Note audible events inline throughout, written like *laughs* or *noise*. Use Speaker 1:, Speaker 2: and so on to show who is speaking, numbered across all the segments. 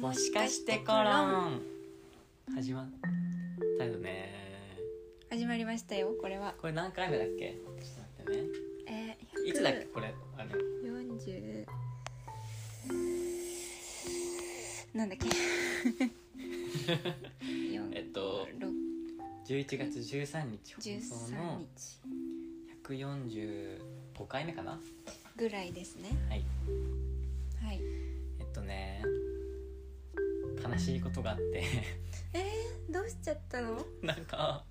Speaker 1: もしかしてコロン始まったよね
Speaker 2: 始まりましたよこれは
Speaker 1: これ何回目だっけちょっと待って
Speaker 2: え
Speaker 1: ねいつだっけこれあの
Speaker 2: 40なん
Speaker 1: *laughs*
Speaker 2: だっけ
Speaker 1: えっと11月13日放送
Speaker 2: 13
Speaker 1: の
Speaker 2: 日
Speaker 1: 145回目かな
Speaker 2: ぐらいですね
Speaker 1: はい
Speaker 2: はい
Speaker 1: えっとね悲しいことがあって *laughs*
Speaker 2: えー、どうしちゃった *laughs* の
Speaker 1: なんか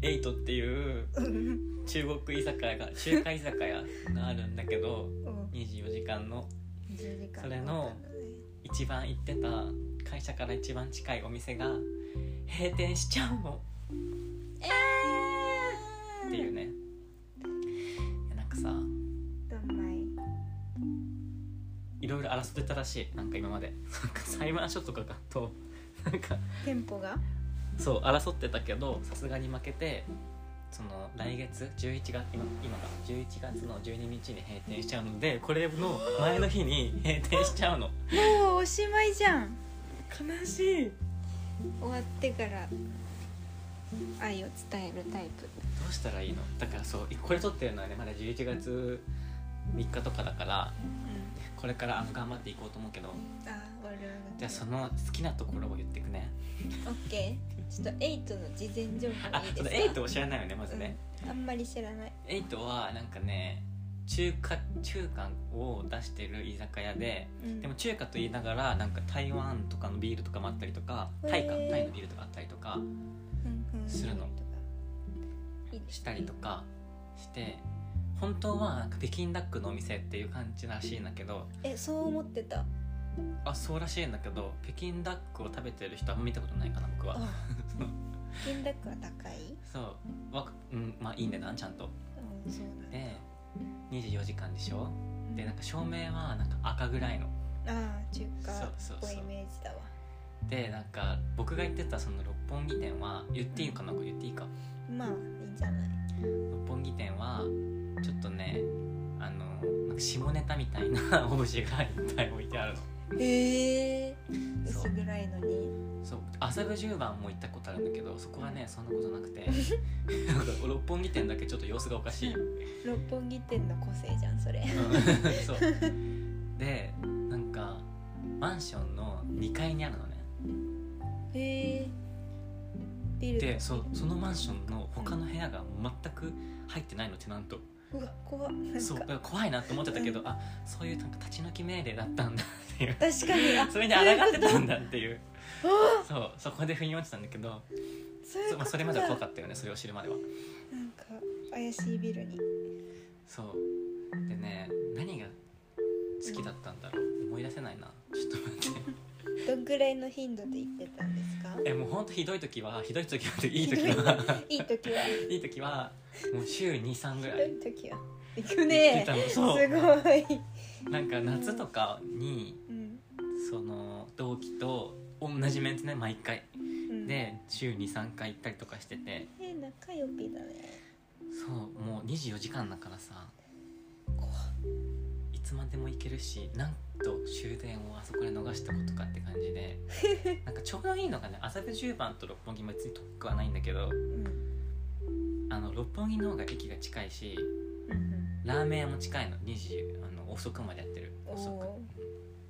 Speaker 1: エイトっていう
Speaker 2: うん
Speaker 1: 中国居酒屋が中華居酒屋があるんだけど24時間の
Speaker 2: 10時間
Speaker 1: それの一番行ってた会社から一番近いお店が閉店しちゃうの
Speaker 2: えー、
Speaker 1: っていうね、いやなんかさ
Speaker 2: どんまい
Speaker 1: いろいろ争ってたらしいなんか今まで *laughs* なんか裁判所とかがとなんか
Speaker 2: 店舗が
Speaker 1: そう争ってたけどさすがに負けてその来月11月今今が11月の12日に閉店しちゃうのでこれの前の日に閉店しちゃうの
Speaker 2: もうおしまいじゃん
Speaker 1: 悲しいど
Speaker 2: 終わってから愛を伝えるタイプ
Speaker 1: うしたらいいのだからそうこれ撮ってるのはねまだ11月3日とかだから
Speaker 2: うん
Speaker 1: これからあの頑張っていこうと思うけど
Speaker 2: あー悪い
Speaker 1: じゃあその好きなところを言ってくね
Speaker 2: オッケーちょっとエイトの事前情報
Speaker 1: あ
Speaker 2: いいです
Speaker 1: そ
Speaker 2: か
Speaker 1: のエイトを知らないよねまずね、
Speaker 2: うんあんまり知らない
Speaker 1: エイトはなんかね中華中華を出してる居酒屋で
Speaker 2: うん
Speaker 1: でも中華と言いながらなんか台湾とかのビールとかもあったりとかタイか
Speaker 2: へー
Speaker 1: タイのビールとかあったりとか
Speaker 2: うんうん
Speaker 1: するの
Speaker 2: いいです
Speaker 1: したりとかして本当はなんか北京ダックのお店っていう感じらしいんだけど
Speaker 2: えそう思ってた
Speaker 1: あそうらしいんだけど北京ダックを食べてる人あんま見たことないかな僕は
Speaker 2: あ金額は高い
Speaker 1: そうわうんまあいいんだなちゃんと
Speaker 2: うんそうなんだ
Speaker 1: で24時間でしょ
Speaker 2: うん
Speaker 1: でなんか照明はなんか赤ぐらいの
Speaker 2: あー中
Speaker 1: そう
Speaker 2: 華っ
Speaker 1: そう
Speaker 2: ぽい
Speaker 1: そ
Speaker 2: イ
Speaker 1: う
Speaker 2: メージだわ
Speaker 1: でなんか僕が行ってたその六本木店は言っていいのかなこれ言っていいか
Speaker 2: まあいいんじゃない
Speaker 1: 六本木店はちょっとねあのなんか下ネタみたいな *laughs* オブジェがいっぱい置いてあるの
Speaker 2: へえ
Speaker 1: そう
Speaker 2: 薄暗いのに
Speaker 1: そう麻布十番も行ったことあるんだけどそこはねそんなことなくて *laughs* なんか六本木店だけちょっと様子がおかしい、うん、
Speaker 2: 六本木店の個性じゃんそれ
Speaker 1: *laughs* そうでなんかマンションの2階にあるのね
Speaker 2: へえビル
Speaker 1: でそそのマンションの他の部屋が全く入ってないのテナント
Speaker 2: うわ怖っなん
Speaker 1: そうだ
Speaker 2: か
Speaker 1: から怖いなと思ってたけど、あそういうなんか立ち退き命令だったんだって *laughs* いう
Speaker 2: 確かにあ
Speaker 1: それに抗ってたんだっていう
Speaker 2: そういうことあ
Speaker 1: そうそこで腑に落ちたんだけど
Speaker 2: ーそういうこ
Speaker 1: そ,、
Speaker 2: と
Speaker 1: まあ、
Speaker 2: だ
Speaker 1: それまでは怖かったよねそれを知るまでは
Speaker 2: なんか怪しいビルに
Speaker 1: そうでね何が好きだったんだろう思い出せないなちょっと待って *laughs*
Speaker 2: どんぐらいの頻度で行ってたんですか
Speaker 1: えもうほんとひどい時はひどい時はいい時は
Speaker 2: *laughs* いい時はい
Speaker 1: *laughs* い時はもう週23ぐらい
Speaker 2: いい時は行く
Speaker 1: 出
Speaker 2: ね
Speaker 1: たの
Speaker 2: すご
Speaker 1: そう
Speaker 2: い、
Speaker 1: なんか夏とかに
Speaker 2: うん
Speaker 1: その同期と同じメンツね毎回
Speaker 2: うん、
Speaker 1: で週23回行ったりとかしてて
Speaker 2: えー仲良ぴだね
Speaker 1: そうもう24時間だからさ
Speaker 2: 怖っ
Speaker 1: いつまでも行けるしなんと終電をあそこで逃したことかって感じで
Speaker 2: *laughs*
Speaker 1: なんかちょうどいいのがね麻布十番と六本木も別に遠くはないんだけど
Speaker 2: うん
Speaker 1: あの六本木の方が駅が近いし
Speaker 2: うん
Speaker 1: ラーメン屋も近いの20あの遅くまでやってる
Speaker 2: おー
Speaker 1: 遅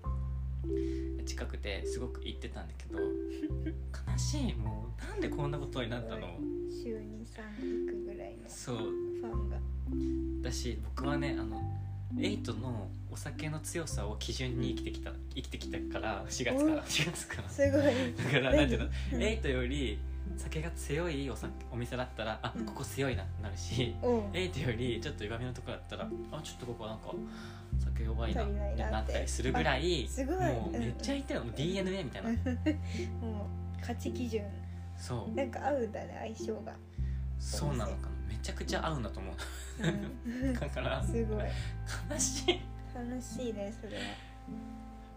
Speaker 1: く近くですごく行ってたんだ
Speaker 2: *laughs*
Speaker 1: けど悲しいもうなんでこんなことになったの
Speaker 2: 週に3行くぐらいの
Speaker 1: そう
Speaker 2: ファンが
Speaker 1: だし僕はねあのエイトのお酒の強さを基準に生きてきた生きてきたから4月から
Speaker 2: うん
Speaker 1: 4月から
Speaker 2: すごい
Speaker 1: *laughs* だからなんていうの
Speaker 2: うん
Speaker 1: エイトより酒が強いお酒お店だったらあ
Speaker 2: うん
Speaker 1: ここ強いなってなるし
Speaker 2: おう
Speaker 1: エイトよりちょっと弱めのとこだったらあちょっとここなんか酒弱いなっ
Speaker 2: 足りない
Speaker 1: て
Speaker 2: なって
Speaker 1: なったりするぐらい
Speaker 2: あすごい
Speaker 1: も
Speaker 2: う
Speaker 1: う
Speaker 2: ん
Speaker 1: めっちゃ言ってるのもう DNA みたい
Speaker 2: *laughs*
Speaker 1: な
Speaker 2: もう価値基準
Speaker 1: そう
Speaker 2: なんか合うんだね相性が、
Speaker 1: そうなのかなめちゃくちゃ合うなと思う
Speaker 2: うん、
Speaker 1: *laughs* だから
Speaker 2: すごい
Speaker 1: 悲しい
Speaker 2: 楽しいねそれは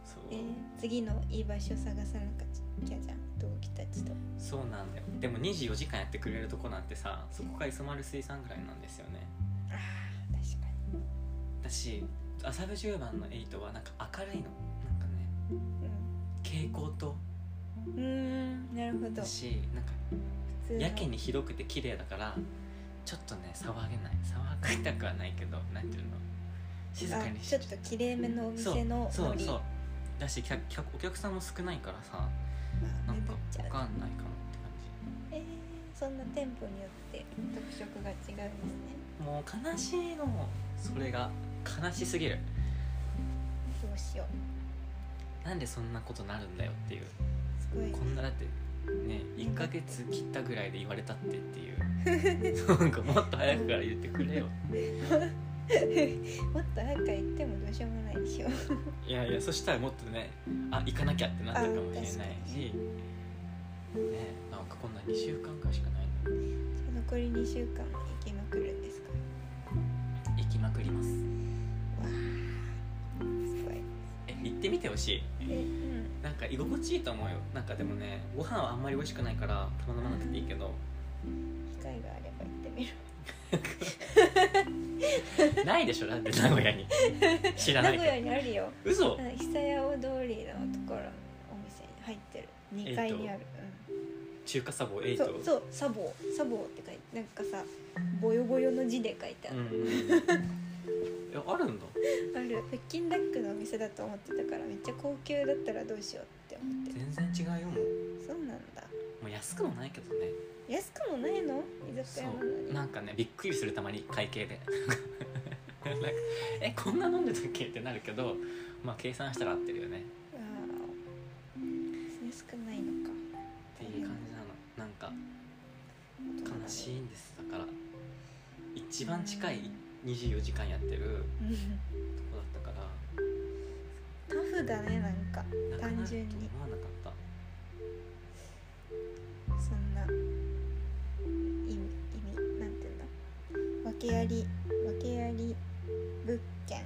Speaker 1: そ
Speaker 2: え
Speaker 1: う
Speaker 2: ー次の居場所探さなきゃじゃん同期たちと
Speaker 1: そうなんだよでも24時間やってくれるとこなんてさそこが磯丸水産ぐらいなんですよね
Speaker 2: あー確か
Speaker 1: だし麻布十番のエイトはなんか明るいのなんかね
Speaker 2: に、うん、
Speaker 1: 軽蛍光灯
Speaker 2: うーんなるほど
Speaker 1: だしなんか
Speaker 2: 普通の
Speaker 1: やけに広くて綺麗だからちょっとね騒げない騒ぎたくはないけどなんていうの静かに
Speaker 2: あ
Speaker 1: し
Speaker 2: ちょっときれいめのお店の
Speaker 1: そうそうそうだし客客お客さんも少ないからさ
Speaker 2: まあ
Speaker 1: なん
Speaker 2: 目立
Speaker 1: か
Speaker 2: っちゃ
Speaker 1: わ
Speaker 2: う
Speaker 1: かんないかもって感じ
Speaker 2: えー、そんな店舗によって特色が違うんですね
Speaker 1: もう悲しいのそれが悲しすぎる
Speaker 2: どうしよう
Speaker 1: なんでそんなことなるんだよっていう
Speaker 2: すごい
Speaker 1: こんなだってね1ヶ月切ったぐらいで言われたってっていう *laughs* なんかもっと早くから言ってくれよ
Speaker 2: *laughs* もっと早く言ってもどうしようもないでしょ
Speaker 1: いやいやそしたらもっとねあ行かなきゃってなったかもしれないし
Speaker 2: あ
Speaker 1: ね
Speaker 2: 確か
Speaker 1: なんかこんな2週間かしかないのに
Speaker 2: 残り2週間も行きまくるんですか
Speaker 1: 行きまくります
Speaker 2: わあすごい
Speaker 1: え行ってみてほしい
Speaker 2: えうん
Speaker 1: なんか居心地いいと思うよなんかでもねご飯はあんまり美味しくないから頼まなくていいけど
Speaker 2: 機会があれば行ってみる
Speaker 1: ないでしょだって名古屋に知ら
Speaker 2: 名
Speaker 1: ない
Speaker 2: 古
Speaker 1: け
Speaker 2: 屋
Speaker 1: ど
Speaker 2: にあるよ
Speaker 1: 嘘
Speaker 2: うん久屋大通りのところのお店に入ってる2階にある、
Speaker 1: 中華サボ
Speaker 2: う
Speaker 1: 8
Speaker 2: ん、そうそう「サボー」「サボー」って書いてなんかさボヨボヨの字で書いてあ
Speaker 1: う
Speaker 2: る、
Speaker 1: んうんうんえあるんだ
Speaker 2: ある北京ダックのお店だと思ってたからめっちゃ高級だったらどうしようって思って
Speaker 1: 全然違うよもう
Speaker 2: そうなんだ
Speaker 1: もう安くもないけどね
Speaker 2: 安くもないの居
Speaker 1: そ
Speaker 2: 酒屋なの
Speaker 1: う
Speaker 2: に
Speaker 1: なんかねびっくりするたまに会計で *laughs* なんかえこんな飲んでたっけってなるけどまあ計算したら合ってるよね
Speaker 2: あー安くないのか
Speaker 1: っていう感じなのなんか悲しいんですだから一番近い24時間やってる
Speaker 2: うん
Speaker 1: とこだったか
Speaker 2: タフ
Speaker 1: ら
Speaker 2: だねなんか
Speaker 1: なくな
Speaker 2: 単
Speaker 1: ると
Speaker 2: 純に
Speaker 1: 思わなかった
Speaker 2: そんな意味意味なんていうんだ訳あり訳あり物件
Speaker 1: う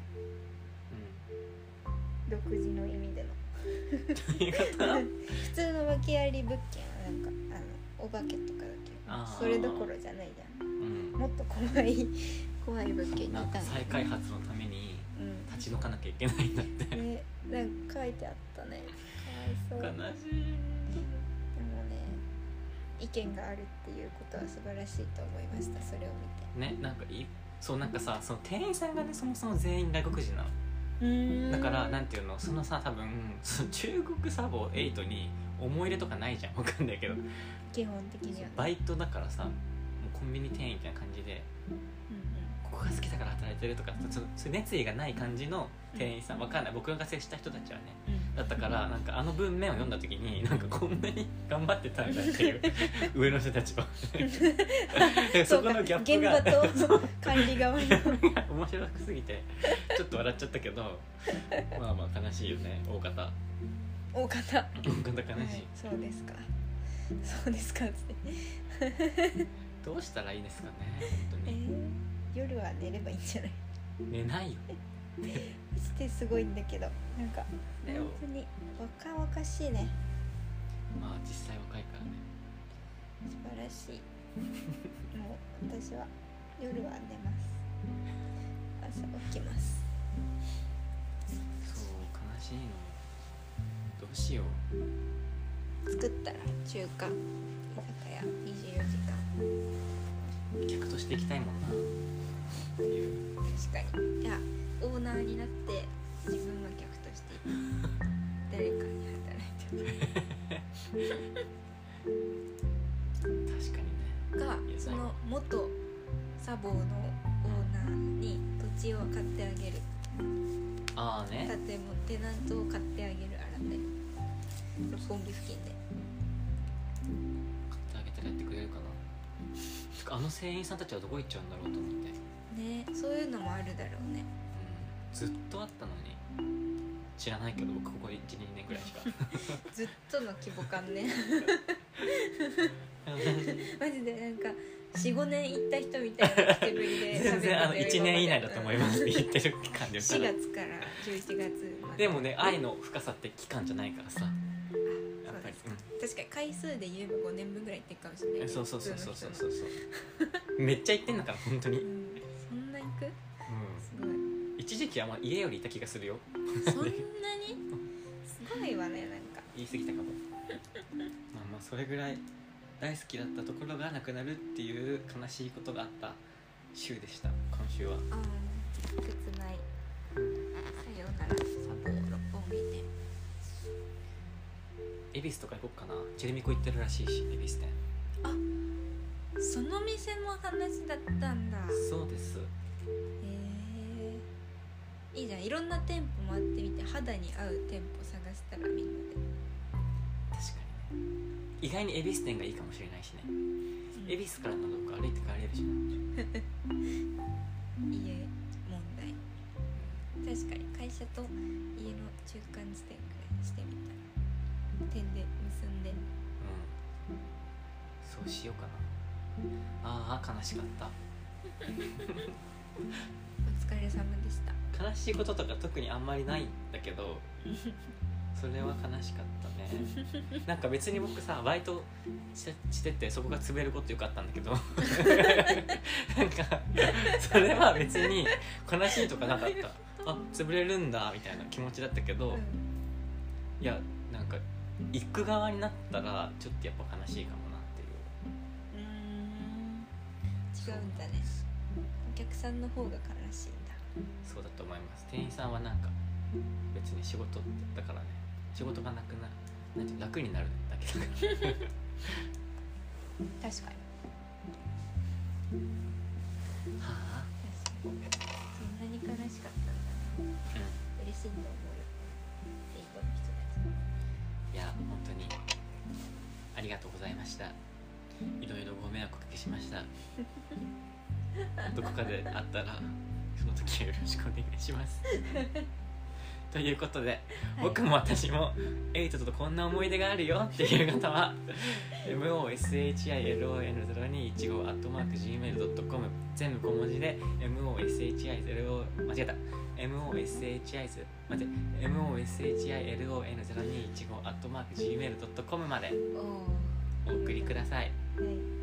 Speaker 2: 独自の意味での
Speaker 1: んということは
Speaker 2: 普通の訳あり物件はなんかあのお化けとかだけ
Speaker 1: あ
Speaker 2: どそ
Speaker 1: ー
Speaker 2: れどころじゃないじゃん
Speaker 1: うん
Speaker 2: もっと怖い *laughs* 怖い物件にいた
Speaker 1: なんん
Speaker 2: だ
Speaker 1: か再開発のために
Speaker 2: う
Speaker 1: 立ち退かなきゃいけないんだって
Speaker 2: んねなんか書いてあったねか
Speaker 1: 悲
Speaker 2: わいそうでもね
Speaker 1: しい
Speaker 2: 意見があるっていうことは素晴らしいと思いましたそれを見て
Speaker 1: ねなんかいいそうなんかさその店員さんがねそもそも全員外国人なのだからなんていうのそのさ多分その中国サボ8に思い入れとかないじゃんわかんないけど
Speaker 2: 基本的にはね
Speaker 1: バイトだからさもうコンビニ店員みたいな感じで
Speaker 2: うん
Speaker 1: ここが好きだから働いてるとかそそういう熱意がない感じの店員さんわかんない僕が接した人たちはね
Speaker 2: うん
Speaker 1: だったからなんかあの文面を読んだ時になんかこんなに頑張ってたんだって
Speaker 2: *laughs*
Speaker 1: いう上の人たちはそこのギャップが
Speaker 2: そうか現場と管理側の
Speaker 1: *laughs* 面白くすぎてちょっと笑っちゃったけどまあまあ悲しいよね大方
Speaker 2: 大方は
Speaker 1: 大方悲しい
Speaker 2: いそうですかそうですかつって
Speaker 1: どうしたらいいですかね本当
Speaker 2: え
Speaker 1: に
Speaker 2: ー夜は寝ればいいんじゃない
Speaker 1: 寝ないよ
Speaker 2: マジですごいんだけどなんか
Speaker 1: だよ
Speaker 2: 本当に若々しいね
Speaker 1: まあ実際若いからね
Speaker 2: 素晴らしいもう私は夜は寝ます朝起きます
Speaker 1: そう悲しいのどうしよう
Speaker 2: 作ったら中華居酒屋24時間
Speaker 1: 客として行きたいもんなっていう
Speaker 2: 確かにじゃあオーナーになって自分は客として誰かに働いて
Speaker 1: 確かにね
Speaker 2: もらう
Speaker 1: いや
Speaker 2: かそ
Speaker 1: 最後
Speaker 2: の元サボーのオーナーに土地を買ってあげる
Speaker 1: ああね
Speaker 2: 建物テナントを買ってあげる新たに六本木付近で
Speaker 1: 買ってあげたらやってくれるかなてかあの店員さんたちはどこ行っちゃうんだろうと思って、うん、
Speaker 2: ねそういうのもあるだろうね
Speaker 1: ずっとあったのに知らないけど僕ここで12年ぐらいしか
Speaker 2: ずっとの規模感ね *laughs* マジでなんか45年行った人みたいな口ぶりで
Speaker 1: 全然あの1年以内だと思いますす言ってる期間で
Speaker 2: 4月から11月まで
Speaker 1: でもね愛の深さって期間じゃないからさ
Speaker 2: あ
Speaker 1: やっ
Speaker 2: そう
Speaker 1: ぱり
Speaker 2: ですか確かに回数で言えば5年分ぐらい行ってるかもしれない
Speaker 1: うん
Speaker 2: けど
Speaker 1: そうそうそうそうそうそう
Speaker 2: 普通の
Speaker 1: そうめっちゃ行ってんだから本当に、
Speaker 2: 人
Speaker 1: う
Speaker 2: の
Speaker 1: ん、
Speaker 2: うんそんな行くすごい
Speaker 1: 一時期はまあ家よりいた気がするよ
Speaker 2: そんなにすごいわねなんか
Speaker 1: 一すぎたかもまあまあそれぐらい大好きだったところがなくなるっていう悲しいことがあった週でした今週は
Speaker 2: あー切ないさようなら三本六本見て
Speaker 1: 恵比寿とか行こっかなチェルミコ行ってるらしいし恵比寿店
Speaker 2: その店の話だったんだ
Speaker 1: そうです
Speaker 2: へえいいじゃんいろんな店舗回ってみて肌に合う店舗探したらみんなで
Speaker 1: 確かにね意外に恵比寿店がいいかもしれないしね恵比寿からのどこか歩いて帰れるしな
Speaker 2: うん家問題確かに会社と家の中間地点くらいにしてみたい点で結んで
Speaker 1: うんそうしようかなああ悲しかった
Speaker 2: お疲れ様でした
Speaker 1: 悲しいこととか特にあんまりないんだ
Speaker 2: *laughs*
Speaker 1: けどそれは悲しかったねなんか別に僕さバイトししててそこが潰れることよかったん
Speaker 2: *laughs*
Speaker 1: だけどなんかそれは別に悲しいとかなかったあ潰れるんだみたいな気持ちだったけど、
Speaker 2: うん
Speaker 1: いやなんか行く側になったらちょっとやっぱ悲しいかもなっていう
Speaker 2: うーん違うんだねお客さんの方が悲しいんだ
Speaker 1: そうだと思います店員さんはなんか別に仕事だからね仕事がなくななんていうの楽になるだけだから
Speaker 2: 確かに
Speaker 1: はあ
Speaker 2: 確かにそんなに悲しかったんだな嬉しいと思うよっていうこの人たち
Speaker 1: いや本当にありがとうございましたいろいろご迷惑おかけしましたどこかであったらその時はよろしくお願いしますということで、僕も私もエイトとこんな思い出があるよっていう方は moshilon0215-gmail.com 全部小文字で moshil0 間違えた moshil 待って moshilon0215-gmail.com まで
Speaker 2: お
Speaker 1: お送りください
Speaker 2: ーはい